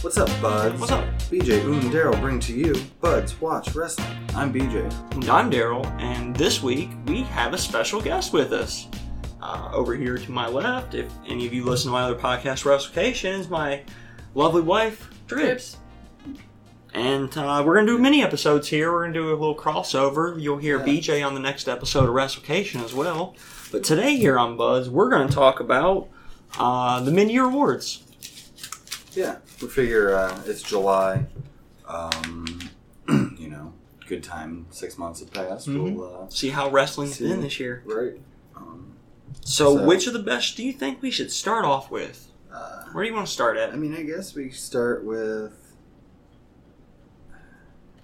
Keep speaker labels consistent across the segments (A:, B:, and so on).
A: What's up, buds?
B: What's up?
A: BJ, Oon, and Daryl bring to you Buds Watch Wrestling. I'm BJ.
B: And I'm Daryl, and this week we have a special guest with us. Uh, over here to my left, if any of you listen to my other podcast, Wrestlecation, is my lovely wife, Drips. And uh, we're going to do mini episodes here. We're going to do a little crossover. You'll hear
A: Yeah.
B: BJ on the next episode of Wrestlecation as well. But today here on Buzz, we're going to talk about uh, the mid-year awards.
A: Yeah, we figure uh, it's July. Um, you know, good time. Six months have passed.
B: Mhm.
A: We'll uh,
B: See how wrestling's
A: See.
B: been this year.
A: right. Um,
B: So,
A: So-
B: which of the best do you think we should start off with?
A: uh,
B: Where do you want to start
A: I
B: at?
A: mean, I guess we start with.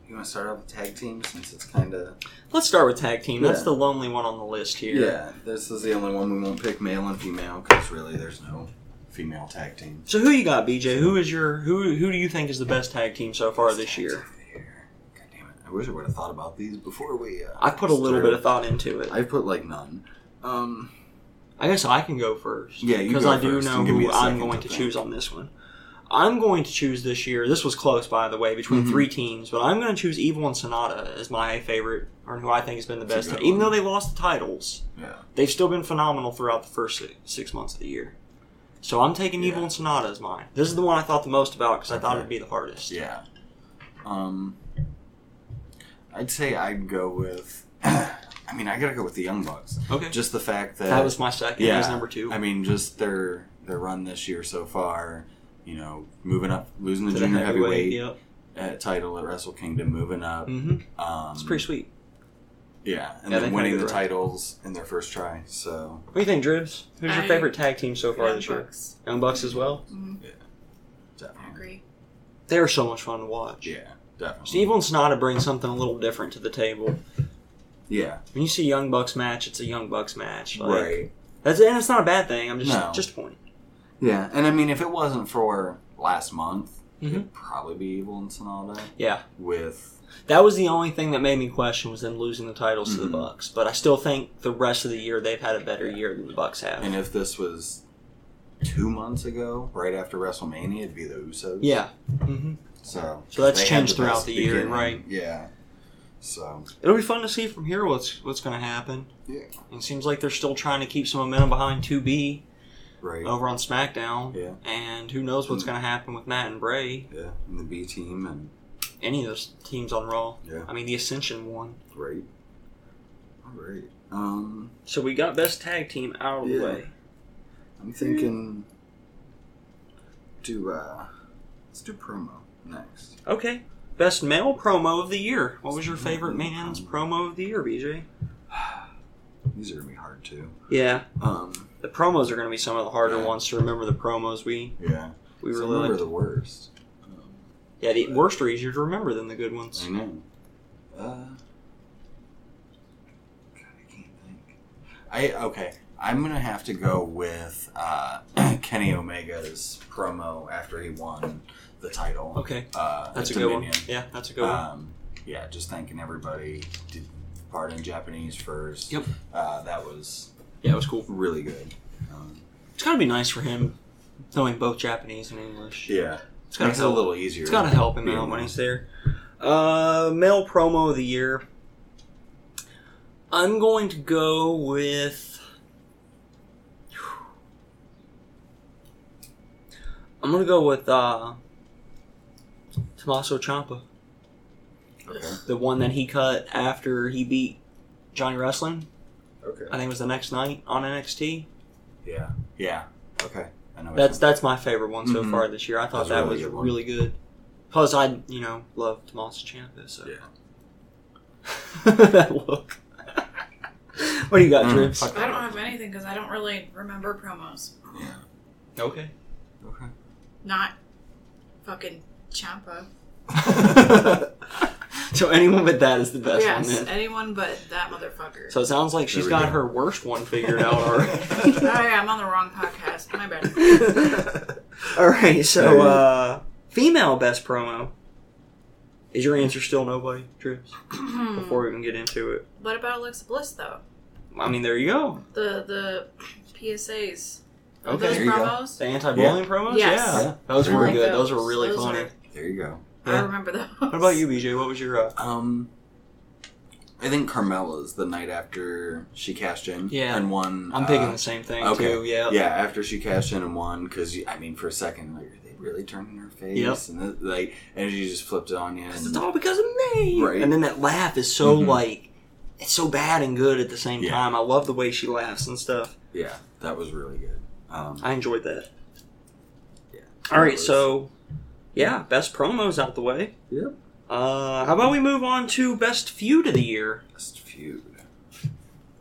A: You want to start off with tag team since it's kind of
B: Let's start with tag team. That's
A: Yeah.
B: the lonely one on the list here.
A: yeah. This is the only one we won't pick male and female because really there's no female tag team.
B: So who you got, BJ? Who is your who? Who do you think is the best tag team so far this year?
A: God damn it! I wish I would have thought about these before we. Uh,
B: I put a little
A: started.
B: bit of thought into it.
A: I put like none. Um,
B: I guess I can go first.
A: Yeah, you
B: because
A: go
B: I do
A: first
B: know
A: and give me
B: who
A: a
B: I'm
A: second
B: going
A: to
B: to
A: think.
B: choose on this one. I'm going to choose this year. This was close, by the way, between
A: Mhm.
B: three teams, but I'm going to choose Evil and Sonata as my favorite, or who I think has been the
A: That's a
B: best.
A: good
B: Even
A: one.
B: though they lost the titles,
A: yeah.
B: they've still been phenomenal throughout the first si- six months of the year. So I'm taking Evil
A: Yeah.
B: and Sonata as mine. This is the one I thought the most about because I thought
A: Okay.
B: it'd be the hardest.
A: Yeah. Um, I'd say I'd go with. I mean, I gotta go with the Young Bucks.
B: Okay.
A: Just the fact that
B: That was my second. Yeah.
A: yeah.
B: was number two.
A: I mean, just their their run this year so far. You know, moving up, losing the
B: To the
A: junior heavyweight,
B: Yep.
A: uh, title at Wrestle Kingdom, moving up.
B: hmm
A: Um,
B: It's pretty sweet.
A: Yeah, and
B: Yeah,
A: then
B: they kinda
A: winning
B: did
A: the
B: right.
A: titles in their first try. So
B: What do you think, Dribs? Who's your
C: I-
B: favorite tag team so far
C: Young
B: this year?
C: Bucks.
B: Young Bucks as well.
C: Mhm, I
A: definitely,
C: agree.
B: They are so much fun to watch.
A: yeah, definitely,
B: Steve and Sonata bring something a little different to the table.
A: yeah,
B: When you see Young Bucks match, it's a Young Bucks match. Like,
A: right.
B: That's and it's not a bad thing. I'm just
A: No.
B: just pointing.
A: Yeah, and I mean, if it wasn't for last month,
B: Mhm.
A: it'd probably be Evil and Sonata
B: Yeah,
A: with
B: that was the only thing that made me question was them losing the titles to the
A: Mhm.
B: Bucks. But I still think the rest of the year they've had a better year than the Bucks have.
A: And if this was two months ago, right after WrestleMania, it'd be the Usos.
B: yeah, hmm
A: So
B: So that's
A: they had
B: changed
A: the best
B: throughout the year,
A: beginning.
B: right.
A: Yeah. So
B: it'll be fun to see from here what's what's going to happen.
A: yeah,
B: It seems like they're still trying to keep some momentum behind 2B
A: right.
B: over on SmackDown.
A: Yeah,
B: And who knows what's
A: Mm.
B: going to happen with Matt and Bray,
A: yeah. And the B team and
B: any of those teams on Raw.
A: yeah,
B: I mean, the Ascension won.
A: great. All right. Um,
B: So we got best tag team out of
A: Yeah.
B: the way.
A: I'm thinking. Do uh, let's do promo next.
B: Okay. Best male promo of the year. What was your
A: Mm-hmm.
B: favorite man's promo of the year, BJ?
A: These are gonna be hard too.
B: Yeah,
A: Um,
B: the promos are going to be some of the harder
A: Yeah.
B: ones to remember. The promos we
A: yeah.
B: we
A: Some
B: really
A: were Um,
B: liked.
A: the worst.
B: Yeah, the worst are easier to remember than the good
A: I
B: ones.
A: know. Uh, God, I can't think. I okay. I'm gonna have to go with uh, Kenny Omega's promo after he won the title.
B: Okay,
A: Uh,
B: that's
A: at
B: a good one.
A: Dominion.
B: Yeah, that's a good one.
A: Um, yeah, just thanking everybody. Did part in Japanese first.
B: Yep.
A: Uh, that was
B: Yeah, it was cool.
A: really good. Um,
B: It's got to be nice for him knowing both Japanese and English.
A: yeah,
B: It's
A: it's
B: got
A: makes
B: to
A: it a
B: help.
A: little easier.
B: It's got to help him
A: being
B: out when
A: there.
B: he's there. Uh, male promo of the year. I'm going to go with. I'm going to go with uh, Tommaso Ciampa,
A: Okay.
B: the one that he cut after he beat Johnny Wrestling. I
A: Okay.
B: think it was the next night on NXT.
A: Yeah. Yeah. Okay. I know. what
B: That's
A: you're-
B: that's my favorite one so
A: Mhm.
B: far this year. I thought
A: That's a
B: that
A: really
B: was
A: good one.
B: really good. Plus, I you know love Tommaso Ciampa. So
A: Yeah.
B: that look. what do you got,
A: Mm,
B: Trips?
A: fuck
C: I don't
A: that.
C: have anything because I don't really remember promos.
A: Yeah.
B: Okay.
A: Okay.
C: Not fucking Champa.
B: So anyone but that is the best
C: Yes,
B: one. Then.
C: anyone but that motherfucker.
B: So it sounds like she's
A: we
B: got
A: go.
B: her worst one figured out already.
C: oh yeah, I'm on the wrong podcast. My bad.
B: All right. So uh, female best promo. Is your answer still nobody, Trips? Before we even get into it,
C: what about Alexa Bliss though?
B: I mean, there you go.
C: The the PSAs
B: Okay.
C: Those
A: There you go.
B: The
C: promos.
B: anti-bullying promos?
C: Yes.
B: Yeah.
A: Yeah.
B: Those
A: There you
B: were
A: go.
B: good. Those were really
C: Those
B: funny.
C: were-
A: There you go.
C: I
B: Yeah.
C: remember those.
B: What about you, BJ? What was your uh
A: Um, I think Carmela's the night after she cashed in.
B: Yeah.
A: And won.
B: I'm
A: uh,
B: thinking the same thing
A: okay.
B: too, yeah.
A: Yeah, after she cashed in and won, because I mean, for a second, like, are they really turning her face?
B: Yep.
A: And th- like, and she just flipped it on you.
B: It's
A: And,
B: all because of me.
A: Right.
B: And then that laugh is so
A: Mhm.
B: like it's so bad and good at the same
A: Yeah.
B: time. I love the way she laughs and stuff.
A: yeah, that was really good. Um,
B: I enjoyed that.
A: Yeah.
B: All right,
A: Promos.
B: so yeah, best promos out the way.
A: Yep.
B: Uh, how about we move on to best feud of the year?
A: best feud.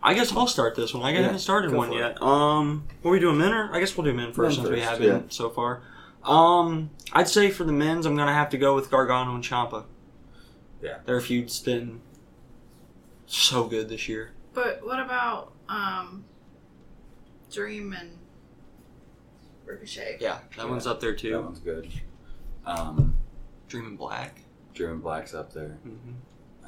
B: I guess I'll start this one. I
A: Yeah,
B: haven't started
A: go
B: one
A: for it.
B: yet. Um, what are we doing, men? Or I guess we'll do men first
A: Men
B: since we
A: first,
B: haven't
A: yeah.
B: so far. Um, I'd say for the men's, I'm gonna have to go with Gargano and Ciampa.
A: Yeah.
B: their feud's been so good this year.
C: But what about um, Dream and Ricochet?
B: Yeah, that one's up there
A: That
B: too.
A: one's good. Um,
B: Dream and Black.
A: Drew and Black's up there.
B: Mm-hmm.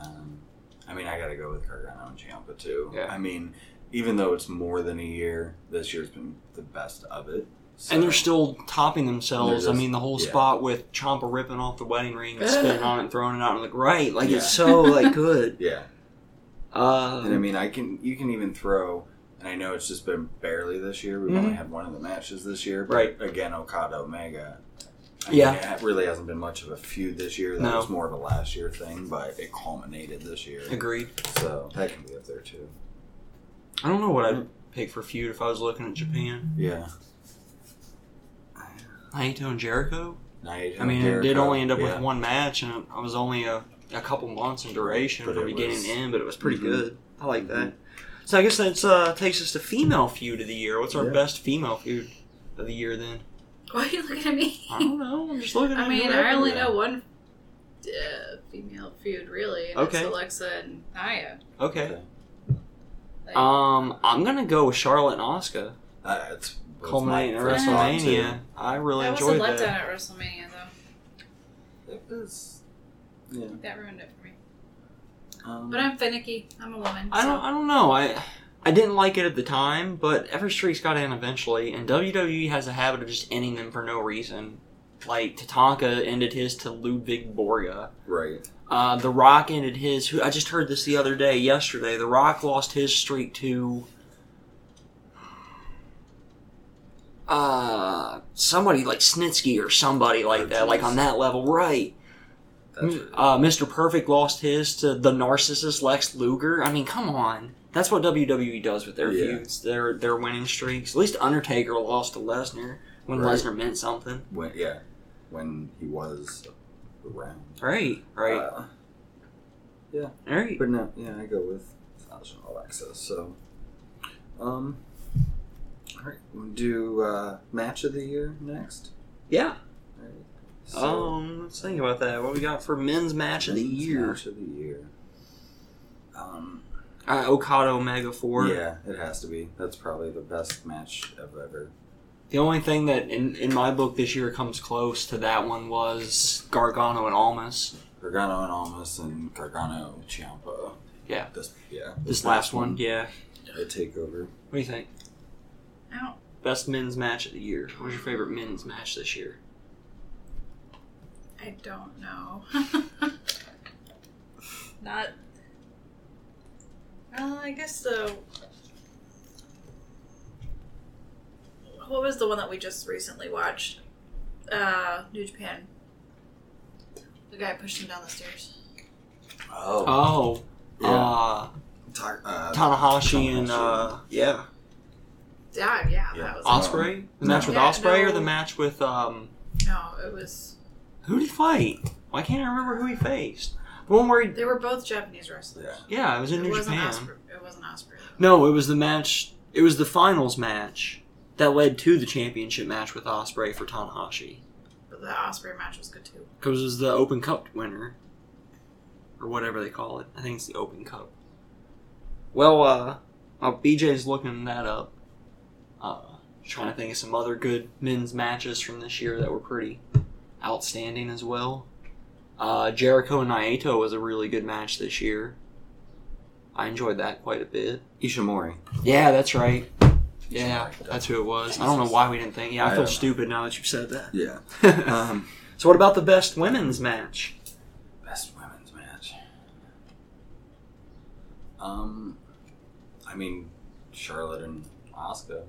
A: Um, I mean, I got to go with Gargano and Ciampa too.
B: Yeah.
A: I mean, even though it's more than a year, this year's been the best of it. So,
B: And they're still topping themselves.
A: They're
B: I
A: just-
B: mean, the whole
A: yeah.
B: spot with Ciampa ripping off the wedding ring and
C: Ugh.
B: spinning on it and throwing it out on the right, like
A: Yeah.
B: it's so like good.
A: yeah.
B: Uh,
A: And I mean, I can you can even throw. And I know it's just been barely this year. We've
B: Mhm.
A: only had one of the matches this year, but
B: Right.
A: Again, Okada Omega. I
B: Yeah.
A: mean, it really hasn't been much of a feud this year. That
B: No.
A: was more of a last year thing, but it culminated this year.
B: agreed.
A: So that can be up there too.
B: I don't know what I'd
A: Mm-hmm.
B: pick for feud if I was looking at Japan.
A: Yeah.
B: Naito and Jericho.
A: Naito
B: I mean, it did
A: Jericho,
B: only end up
A: yeah.
B: with one match, and it was only a, a couple months in duration
A: But
B: from
A: it
B: beginning
A: was-
B: to end, but it was pretty
A: Mhm.
B: good. I like that. So I guess that uh, takes us to female feud of the year. What's our
A: Yeah.
B: best female feud of the year then?
C: Why are you looking at me?
B: I don't know. I'm just looking.
C: I
B: at
C: mean,
B: you.
C: I only
A: Yeah.
C: know one uh, female feud, really. And
B: Okay.
C: It's Alexa and Naya.
B: okay.
C: Like,
B: Um, I'm gonna go with Charlotte and Oscar
A: Uh, it's it's
B: culminating at
A: my first thought, too.
B: WrestleMania. I really
C: that was a
B: enjoyed
C: letdown
B: that.
C: at WrestleMania, though.
A: It was, yeah.
C: That ruined it for me.
A: Um,
C: But I'm finicky. I'm a woman.
B: I don't.
C: so-
B: I don't know. I I didn't like it at the time, but every streak's got to end eventually, and WWE has a habit of just ending them for no reason. Like Tatanka ended his to Ludwig Borga.
A: right.
B: Uh, the Rock ended his. Who I just heard this the other day, yesterday. The Rock lost his streak to. Uh, somebody like Snitsky or somebody like
A: Oh,
B: that, like
A: geez.
B: on that level, right?
A: That's
B: Uh, Mr. Perfect lost his to the narcissist Lex Luger. I mean, come on. That's what WWE does with their
A: Yeah.
B: feuds, their their winning streaks. At least Undertaker lost to Lesnar when
A: Right.
B: Lesnar meant something.
A: when, yeah, when he was around.
B: Right, right,
A: Uh,
B: all right.
A: but no, yeah, I go with Sasha and Alexa. So, um, all right, we'll do uh, match of the year next.
B: Yeah.
A: All right.
B: Um, let's think about that. What we got for men's match of the
A: men's
B: year?
A: Match of the year. Um,
B: Uh, Okada Omega Four.
A: yeah, it has to be. That's probably the best match I've ever.
B: The only thing that in in my book this year comes close to that one was Gargano and Almas.
A: Gargano and Almas and Gargano Ciampa.
B: Yeah.
A: This yeah.
B: This last one. Yeah.
A: The takeover.
B: What do you think?
C: I don't.
B: Best men's match of the year. What was your favorite men's match this year?
C: I don't know. Not. Uh, I guess the. What was the one that we just recently watched? Uh, New Japan. The guy pushed him down the stairs.
A: Oh.
B: Oh,
A: yeah.
B: uh,
A: Ta- uh,
B: Tanahashi and
A: Tanahashi.
B: uh, yeah,
C: Yeah, yeah,
A: Yeah.
C: that was.
B: Osprey. The match with
C: Yeah,
B: Osprey or
C: no.
B: the match with um,
C: No, it was.
B: who did he fight? Why can't I remember who he faced? The one where he,
C: They were both Japanese wrestlers.
A: Yeah.
B: yeah, it was in
C: it
B: New
C: wasn't
B: Japan.
C: Osprey. It wasn't Osprey.
B: No, it was the match. It was the finals match that led to the championship match with Osprey for Tanahashi
C: But the Osprey match was good too.
B: because it was the Open Cup winner or whatever they call it. I think it's the Open Cup. Well, uh, well, BJ's looking that up. Uh, trying to think of some other good men's matches from this year that were pretty outstanding as well. Uh, Jericho and Naito was a really good match this year. I enjoyed that quite a bit.
A: Ishimori.
B: Yeah, that's right. Yeah,
A: Something like that.
B: that's who it was. I don't know
A: Jesus.
B: why we didn't think. Yeah, I
A: I
B: feel
A: don't know.
B: stupid now that you've said that.
A: Yeah. Um,
B: so, what about the best women's match?
A: best women's match. Um, I mean, Charlotte and Oscar.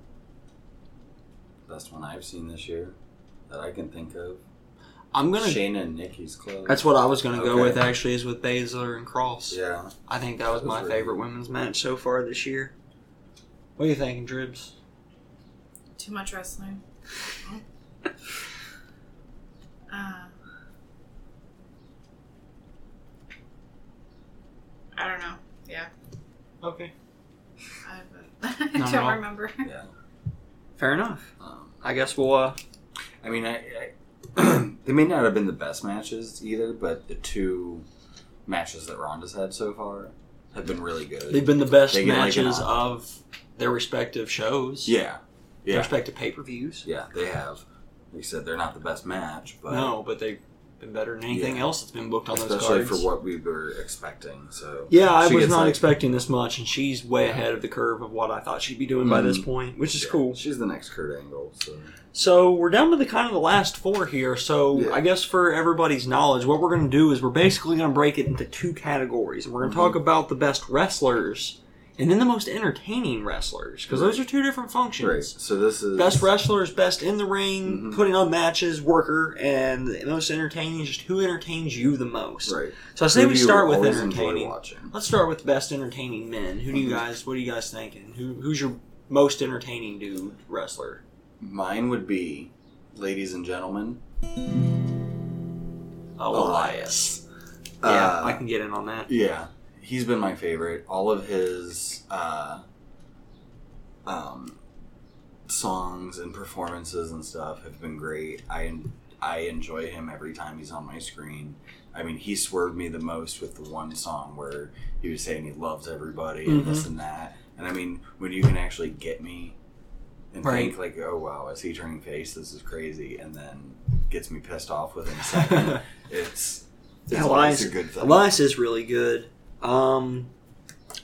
A: Best one I've seen this year that I can think of.
B: I'm gonna.
A: Shayna and Nikki's clothes.
B: That's what I was gonna go
A: Okay.
B: with actually is with Baszler and Cross.
A: Yeah.
B: I think that was
A: Those
B: my
A: were-
B: favorite women's match so far this year. What are you thinking, Dribs?
C: Too much wrestling. uh, I don't know.
B: Okay.
C: I, I
B: Not at all.
C: don't remember.
A: Yeah.
B: Fair enough.
A: Um,
B: I guess we'll. Uh,
A: I mean, I, I they may not have been the best matches either, but the two matches that Ronda's had so far have been really good.
B: they've been the best
A: They get, like, an
B: matches
A: eye.
B: of their respective shows.
A: yeah,
B: Their
A: yeah,
B: respective pay per views.
A: yeah. They have. Like you said, they're not the best match, but
B: No, but they've been better than anything
A: Yeah.
B: else that's been booked on those
A: especially
B: cards.
A: for what we were expecting. So
B: Yeah, I
A: She
B: was
A: gets,
B: not
A: like-
B: expecting this much, and she's way ahead of the curve of what I thought she'd be doing by this point, which is
A: Mm-hmm. Yeah,
B: cool.
A: She's the next Kurt Angle. So
B: So we're down to the kind of the last four here. So
A: Yeah.
B: I guess for everybody's knowledge, what we're going to do is we're basically going to break it into two categories, and we're going to
A: Mm-hmm.
B: talk about the best wrestlers and then the most entertaining wrestlers because those are two different
A: right.
B: functions.
A: So this is
B: Best wrestlers, best in the ring,
A: Mhm.
B: putting on matches, worker, and the most entertaining is just who entertains you the most.
A: Right.
B: So I say
A: Who
B: we
A: do you
B: start with
A: always enjoy
B: entertaining.
A: Watching. Mm-hmm.
B: Let's start with best entertaining men. Who do you guys? What are you guys thinking? Who, who's your most entertaining dude wrestler?
A: Mine would be, ladies and gentlemen,
B: Uh,
A: Oh,
B: Yeah,
A: Uh,
B: I can get in on that.
A: Yeah, he's been my favorite. All of his uh, um, songs and performances and stuff have been great. I I enjoy him every time he's on my screen. I mean, he swerved me the most with the one song where he was saying he loves everybody and
B: Mm-hmm.
A: this and that. And I mean, when you can actually get me and think like, "Oh wow, is he turning face? This is crazy," and then gets me pissed off within a second. it's it's
B: Yeah,
A: always
B: Elias-
A: a good thing.
B: Elias is really good. Um,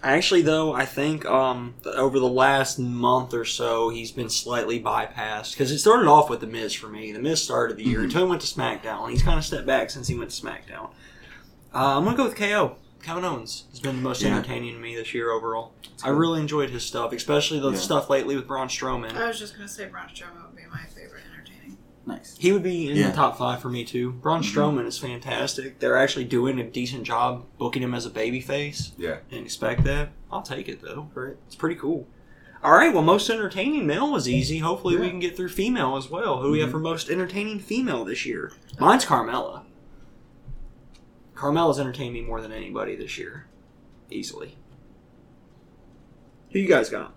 B: actually, though, I think um, that over the last month or so, he's been slightly bypassed because it started off with the Miz for me. The Miz started the year
A: Mhm.
B: until he went to SmackDown. He's kind of stepped back since he went to SmackDown. Uh, I'm gonna go with KO. Kevin Owens has been the most
A: Yeah.
B: entertaining to me this year overall. I
A: good.
B: really enjoyed his stuff, especially the
A: Yeah.
B: stuff lately with Braun Strowman.
C: I was just gonna say Braun Strowman would be my favorite entertaining.
A: Nice.
B: He would be in
A: Yeah.
B: the top five for me too. Braun
A: Mhm.
B: Strowman is fantastic. They're actually doing a decent job booking him as a babyface.
A: Yeah.
B: Didn't expect that. I'll take it though. It's pretty cool. All right. Well, most entertaining male was easy. Hopefully, we
A: Yeah.
B: can get through female as well. Who we have
A: Mhm.
B: for most entertaining female this year? Mine's Carmella. Carmella's entertained me more than anybody this year, easily. Who you guys got?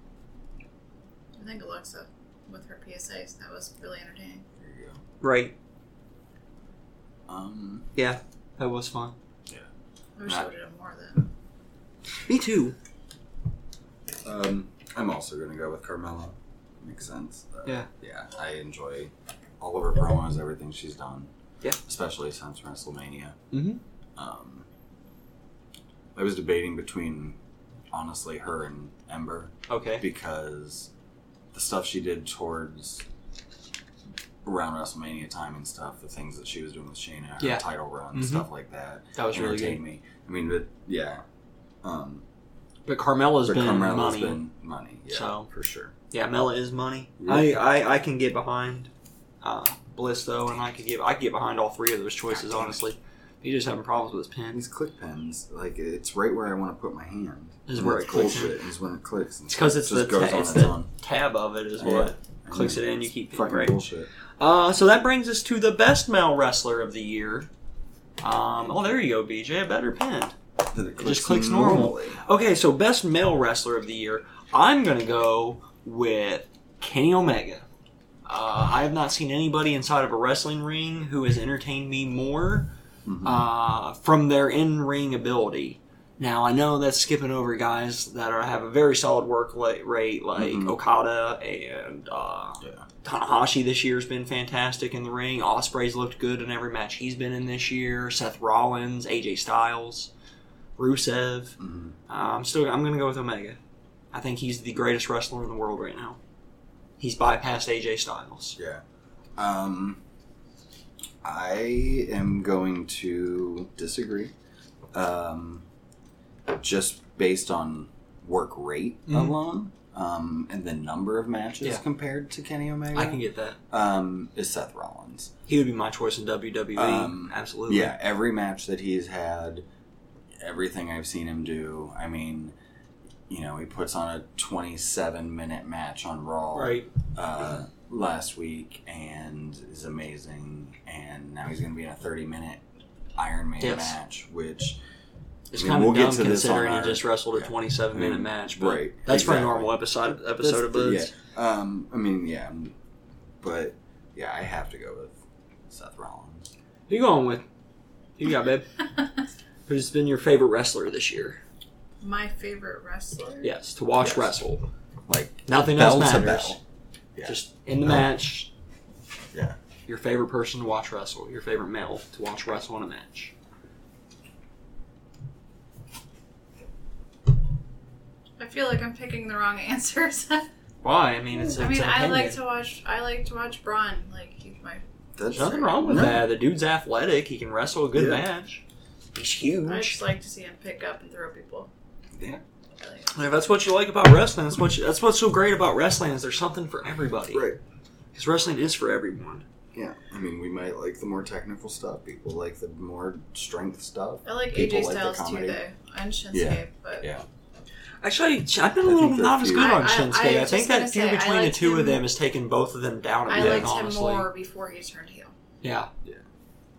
C: I think Alexa with her PSAs that was really entertaining.
A: There you
B: Right.
A: go. Um,
B: Yeah. That was fun.
C: I wish I
A: Right.
C: would have done more of that.
B: Me too.
A: um, I'm also gonna go with Carmella. Makes sense. Uh,
B: Yeah.
A: Yeah. I enjoy all of her promos, everything she's done.
B: Yeah.
A: Especially since WrestleMania.
B: Mhm.
A: Um, I was debating between honestly her and Ember
B: Okay.
A: because the stuff she did towards around WrestleMania time and stuff, the things that she was doing with Shayna, her
B: Yeah.
A: title run,
B: Mhm.
A: stuff like that,
B: That was really
A: entertained
B: good.
A: me. I mean, but yeah. Um,
B: But Carmella's
A: But
B: been
A: Carmella's
B: money.
A: been money, yeah,
B: So.
A: for sure.
B: Yeah, Mela is money.
A: Yeah.
B: I, I, I can get behind uh, Bliss though, and I could get I could get behind all three of those choices. Honestly, he's just having problems with his
A: And
B: pen.
A: these click pens, like it's right where I want to put my hand.
B: Is
A: And
B: where
A: it's
B: it clicks
A: bullshit Is when it clicks. and
B: It's because it's the
A: just goes
B: ta-
A: on
B: it's
A: its
B: the
A: own.
B: tab of it is
A: Yeah.
B: what.
A: And
B: clicks it in, you keep it,
A: it's fucking
B: right?
A: bullshit.
B: Uh, so that brings us to the best male wrestler of the year. Um, oh, there you go, BJ. A better pen.
A: Then it,
B: just clicks normal. Okay, so best male wrestler of the year. I'm gonna go with Kenny Omega. Uh, I have not seen anybody inside of a wrestling ring who has entertained me more
A: Mhm.
B: uh, from their in-ring ability. Now I know that's skipping over guys that are, have a very solid work la- rate, like
A: Mhm.
B: Okada and uh,
A: Yeah.
B: Tanahashi. This year's been fantastic in the ring. Osprey's looked good in every match he's been in this year. Seth Rollins, AJ Styles, Rusev.
A: Mhm.
B: I'm still. I'm gonna go with Omega. I think he's the greatest wrestler in the world right now. He's bypassed AJ Styles.
A: Yeah. Um, I am going to disagree. Um, just based on work rate
B: Mhm.
A: alone, um, and the number of matches
B: Yeah.
A: compared to Kenny Omega,
B: I can get that.
A: um, is Seth Rollins.
B: He would be my choice in WWE.
A: Um,
B: Absolutely.
A: Yeah, every match that he's had, everything I've seen him do. I mean, you know, he puts on a 27 minute match on Raw.
B: Right.
A: uh, last week and is amazing. And now he's going to be in a 30 minute Iron Man
B: Yes.
A: match, which
B: It's
A: I mean,
B: kind of
A: we'll get
B: dumb
A: to this on
B: considering
A: our-
B: he just wrestled a
A: yeah.
B: 27
A: I
B: minute
A: mean,
B: match. But
A: right,
B: That's for a
A: exactly.
B: normal episode episode of Buzz.
A: yeah. Um, I mean, yeah, m- but yeah, I have to go with Seth Rollins.
B: Who you going with? Who you got, babe? Who's been your favorite wrestler this year?
C: My favorite wrestler.
B: Yes, to watch
A: Yes.
B: wrestle.
A: Like
B: Nothing
A: bell
B: else
A: to
B: matters.
A: bell. Yeah.
B: Just in the
A: No.
B: match.
A: Yeah.
B: Your favorite person to watch wrestle. Your favorite male to watch wrestle in a match.
C: I feel like I'm picking the wrong answers. I
B: Why? I mean, it's, it's
C: mean,
B: an
C: I
B: opinion.
C: like to watch. I like to watch Braun. Like he's my.
A: That's
B: There's nothing wrong with
A: No.
B: that. The dude's athletic. He can wrestle a good
A: Yeah.
B: match. He's
C: I
B: huge.
C: just like to see him pick up and throw people.
A: Yeah.
C: I like-
B: Like, that's what you like about wrestling. That's what you, that's what's so great about wrestling is there's something for everybody.
A: Right.
B: Because wrestling is for everyone.
A: Yeah. I mean, we might like the more technical stuff. People like the more strength stuff.
C: I like
A: People
C: AJ
A: like the
C: Styles too,
A: comedy.
C: though, and Shinsuke.
A: Yeah.
C: But
A: Yeah.
B: Actually, I've been a
A: I
B: little
A: think they're
B: not as
A: few.
B: good on
C: I- I-
B: Shinsuke.
C: I was
B: I, think
C: just gonna
B: that feud
C: say, I
B: between the
C: liked
B: two of
C: him-
B: them has taken both of them down a
C: I
B: bit.
C: liked him
B: honestly,
C: more before he turned heel.
B: yeah,
A: Yeah.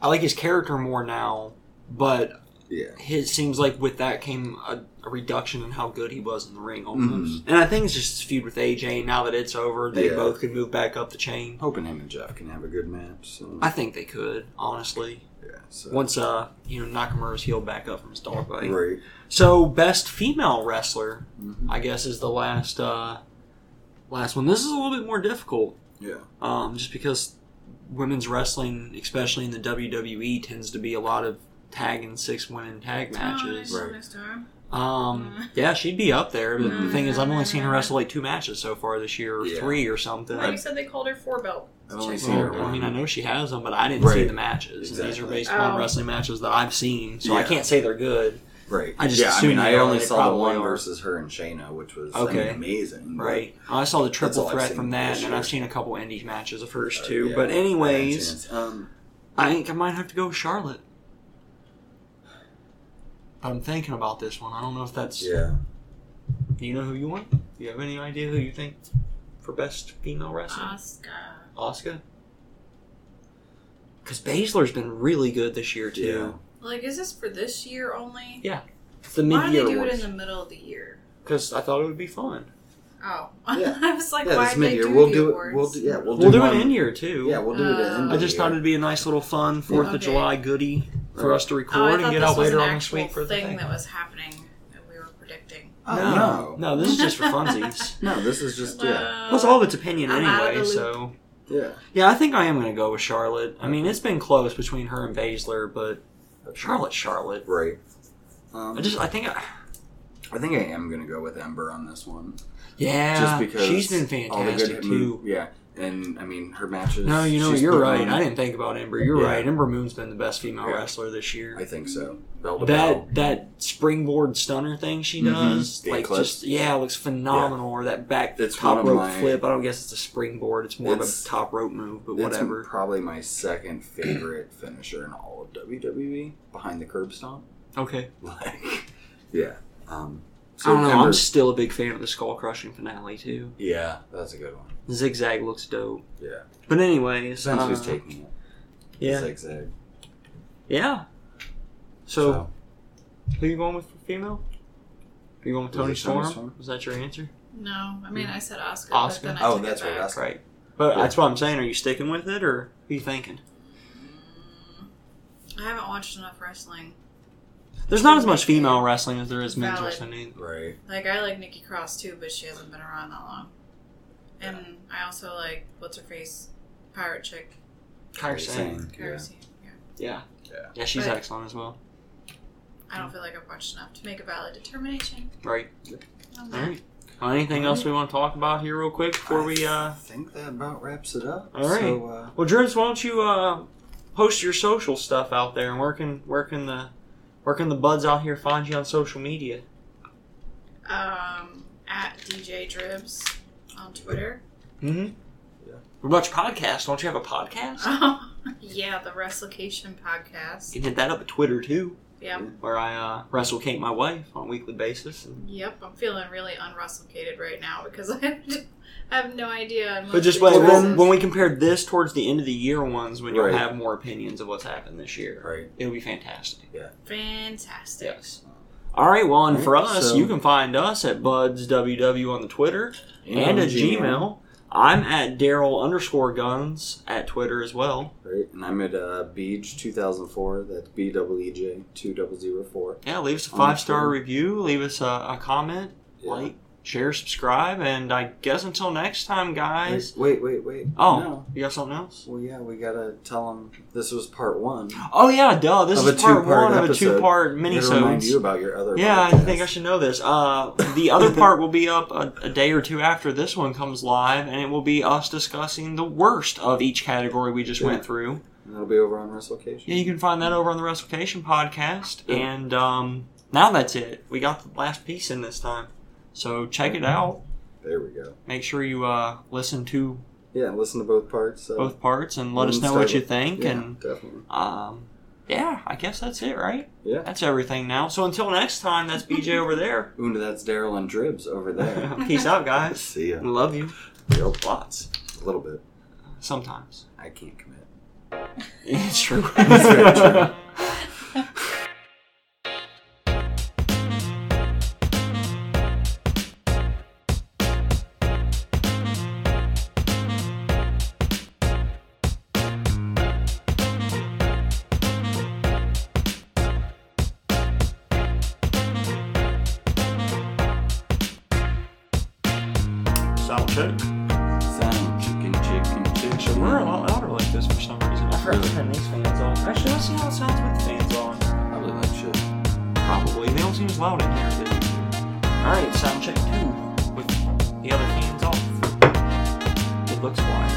B: I like his character more now, but
A: Yeah.
B: it seems like with that came a, a reduction in how good he was in the ring
A: Mm-hmm.
B: almost. And I think it's just his feud with AJ. Now that it's over, they
A: Yeah.
B: both could move back up the chain.
A: Hoping him and Jeff can have a good match. So.
B: I think they could honestly.
A: yeah. So.
B: once uh you know Nakamura's healed back up from his dog bite.
A: Right.
B: So best female wrestler,
A: Mhm.
B: I guess, is the last uh last one. This is a little bit more difficult,
A: Yeah.
B: um, just because women's wrestling, especially in the WWE, tends to be a lot of tag and six women tag matches.
A: Right.
C: Mm.
B: Um, yeah, she'd be up there, but the thing is, I've only seen her
C: Mhm.
B: wrestle like two matches so far this year, or
A: Yeah.
B: three or something.
C: Like you said, they called her four belt.
A: I've only
C: Check.
A: seen her
B: Well, I mean, I
A: one.
B: know she has them, but I didn't see
A: Right.
B: the matches. and These are
A: Exactly.
B: based on
C: Oh.
B: wrestling matches that I've seen, so I
A: Yeah.
B: can't say they're good.
A: Right.
B: I just
A: yeah. I
B: assumed
A: mean,
B: they
A: I
B: are,
A: only
B: they
A: saw the
B: probably
A: one
B: are.
A: versus her and Shayna, which was
B: Okay.
A: I mean, amazing. but-
B: Right. I saw the triple
A: all I've
B: threat
A: seen
B: from that,
A: this
B: and I've
A: year.
B: seen a couple indies matches of hers
A: uh,
B: too.
A: yeah,
B: but
A: I haven't seen
B: anyways,
A: it. um,
B: I think I might have to go with Charlotte. But I'm thinking about this one. I don't know if that's.
A: yeah.
B: Do you know who you want? Do you have any idea who you think for best female wrestler?
C: Uh. Asuka.
B: Oscar. Because Baszler's been really good this year too.
C: Like, is this for this year only?
B: It's the
C: Why
B: mid
C: do they
B: year
C: do it in
B: ones.
C: the middle of the year?
B: Because I thought it would be fun.
C: Oh,
A: Yeah.
C: I was like,
A: yeah.
C: why
A: this
C: did they
A: mid-year,
C: do
A: we'll
C: the
A: do it.
C: awards?
A: We'll do, yeah. We'll,
B: We'll, do,
A: one,
B: it in year too.
A: Yeah, we'll do it. At the end
C: Uh,
B: I
A: of
B: just
A: the
B: thought
A: year.
B: it'd be a nice little fun Fourth of
C: Okay.
B: July goodie for
A: Right.
B: us to
C: Oh, I
B: record
C: thought
B: and get
C: this
B: out
C: was
B: later
C: an
B: on this
C: actual
B: week for the
C: thing,
B: thing.
C: that was happening that we were predicting.
A: Oh,
B: no,
A: no. no,
B: no, this is just for funsies.
A: This is just yeah.
C: Uh,
B: That's all of its opinion
C: I'm out of
B: anyway.
C: the loop.
B: So
A: Yeah.
B: yeah, I think I am gonna go with Charlotte. I mean, it's been close between her and Baszler, but Charlotte, Charlotte.
A: Right. Um,
B: I just, I think, I,
A: I think I am gonna go with Ember on this one,
B: yeah,
A: just because
B: she's been
A: all the good
B: fantastic too.
A: Yeah, and I mean her matches.
B: No, you know,
A: she's
B: you're
A: put
B: right.
A: on-
B: I didn't think about Ember. You're
A: Yeah.
B: right. Ember Moon's been the best female
A: Yeah.
B: wrestler this year.
A: I think so. Bell to bell.
B: that that springboard stunner thing she
A: Mhm.
B: does,
A: The
B: like
A: eclipse.
B: just yeah, it looks phenomenal. Or that back
A: It's one
B: top
A: of
B: rope
A: my-
B: flip. I don't guess it's a springboard. It's more
A: It's-
B: of a top rope move, but
A: That's
B: whatever.
A: probably my second favorite finisher in all of WWE, behind the curb stomp.
B: Okay,
A: Like, yeah. Um,
B: I don't know. I'm
A: Ember-
B: still a big fan of the skull crushing finale too.
A: yeah, that's a good one.
B: Zigzag looks dope.
A: Yeah.
B: But anyways,
A: Since
B: uh,
A: who's taking it?
B: yeah,
A: Zigzag.
B: yeah. So, who you going with for female? Are you going with
A: Was it
B: Tony
A: Tony
B: Storm?
A: Storm?
B: Was that your answer?
C: No, I mean, I said
B: Asuka?
C: Asuka. But then I
A: Hmm. Oh,
C: took
A: that's
C: it
A: right,
C: back.
A: Asuka.
B: Right. But
A: Yeah.
B: that's what I'm saying. Are you sticking with it, or who you thinking?
C: I haven't watched enough wrestling.
B: There's not as much female wrestling as there is men's
C: Valid.
B: wrestling. either.
A: right.
C: Like, I like Nikki Cross too, but she hasn't been around that long. And I also like, what's her face? Pirate Chick.
B: Kyrie Sane.
A: Sane,
C: Kairi
A: yeah.
C: Sane, Yeah.
B: Yeah.
A: Yeah.
B: she's
C: But-
B: excellent as well.
A: Hmm.
C: I don't feel like I've watched enough to make a valid determination. Um,
B: Right.
C: on
B: All
C: that.
B: right. Well, anything else we want to talk about here, real quick, before
A: I
B: we? uh
A: think that about wraps it up.
B: All right.
A: So, uh,
B: Well, Drews, why don't you uh post your social stuff out there, and where can where can the where can the buds out here find you on social media?
C: Um, at DJ Dribs on Twitter.
B: Mm-hmm.
A: Yeah.
B: What about your podcast? Don't you have a podcast?
C: Oh, yeah, the Wrestlecation podcast.
B: You can hit that up at Twitter too,
C: Yep.
B: where I uh, wrestle Kate, my wife, on a weekly basis. And,
C: Yep, I'm feeling really unwrestlecated right now because I have no idea. on
B: but
C: what
B: just
C: the
B: wait,
A: Well,
C: difference
B: when,
C: is.
B: when we compare this towards the end of the year ones, when you'll
A: Right.
B: have more opinions of what's happened this year,
A: right.
B: it'll be fantastic.
C: Fantastic.
B: Yes. All right. Well, and
A: All
B: for
A: right,
B: us,
A: so-
B: you can find us at budsww on the Twitter and at Gmail. I'm at Daryl underscore Guns at Twitter as well.
A: Right. And I'm at uh, Beej 2004. That's B double E J 2004.
B: Yeah, leave us a
A: On the
B: five star
A: Twitter.
B: review. Leave us a, a comment.
A: Yeah.
B: Like, share, subscribe, and I guess until next time, guys.
A: Wait, wait, wait.
B: Oh,
A: No.
B: you got something else?
A: Well, yeah, we gotta tell them this was part one.
B: Oh yeah, duh. This
A: Of a
B: is part
A: two-part
B: one of a
A: episode.
B: two part
A: I
B: mini
A: gotta remind you about your other.
B: Yeah, I
A: podcast.
B: think I should know this. Uh, the other part will be up a, a day or two after this one comes live, and it will be us discussing the worst of each category we just went
A: Yeah.
B: through.
A: And that'll be over on WrestleCation.
B: Yeah, you can find that over on the Wrestlecation podcast.
A: Yeah.
B: And um, now that's it. We got the last piece in this time, so check
A: Mm-hmm.
B: it out.
A: There we go.
B: Make sure you uh, listen to
A: Yeah, listen to both parts. So.
B: both parts and let us
A: Wouldn't
B: know
A: start
B: what you
A: with-
B: think.
A: yeah,
B: And
A: definitely.
B: um, yeah, I guess that's it, right?
A: Yeah.
B: That's everything now. So until next time, that's BJ over there.
A: Ooh, that's Daryl and Dribs over there.
B: Peace out, guys.
A: See ya.
B: We love you.
A: Yup,
B: Lots.
A: a little bit.
B: Sometimes.
A: I can't commit.
B: It's true.
A: It's very true.
B: Sound check.
A: Sound chicken, chicken, chicken.
B: So we're a lot louder like this for some reason. I forgot to
A: Really?
B: turn these fans on. Actually, let's see how it sounds with the fans on.
A: Probably like shit.
B: Probably. They don't seem as loud in here as they do here. Alright, sound check two with the other fans off. It looks wide.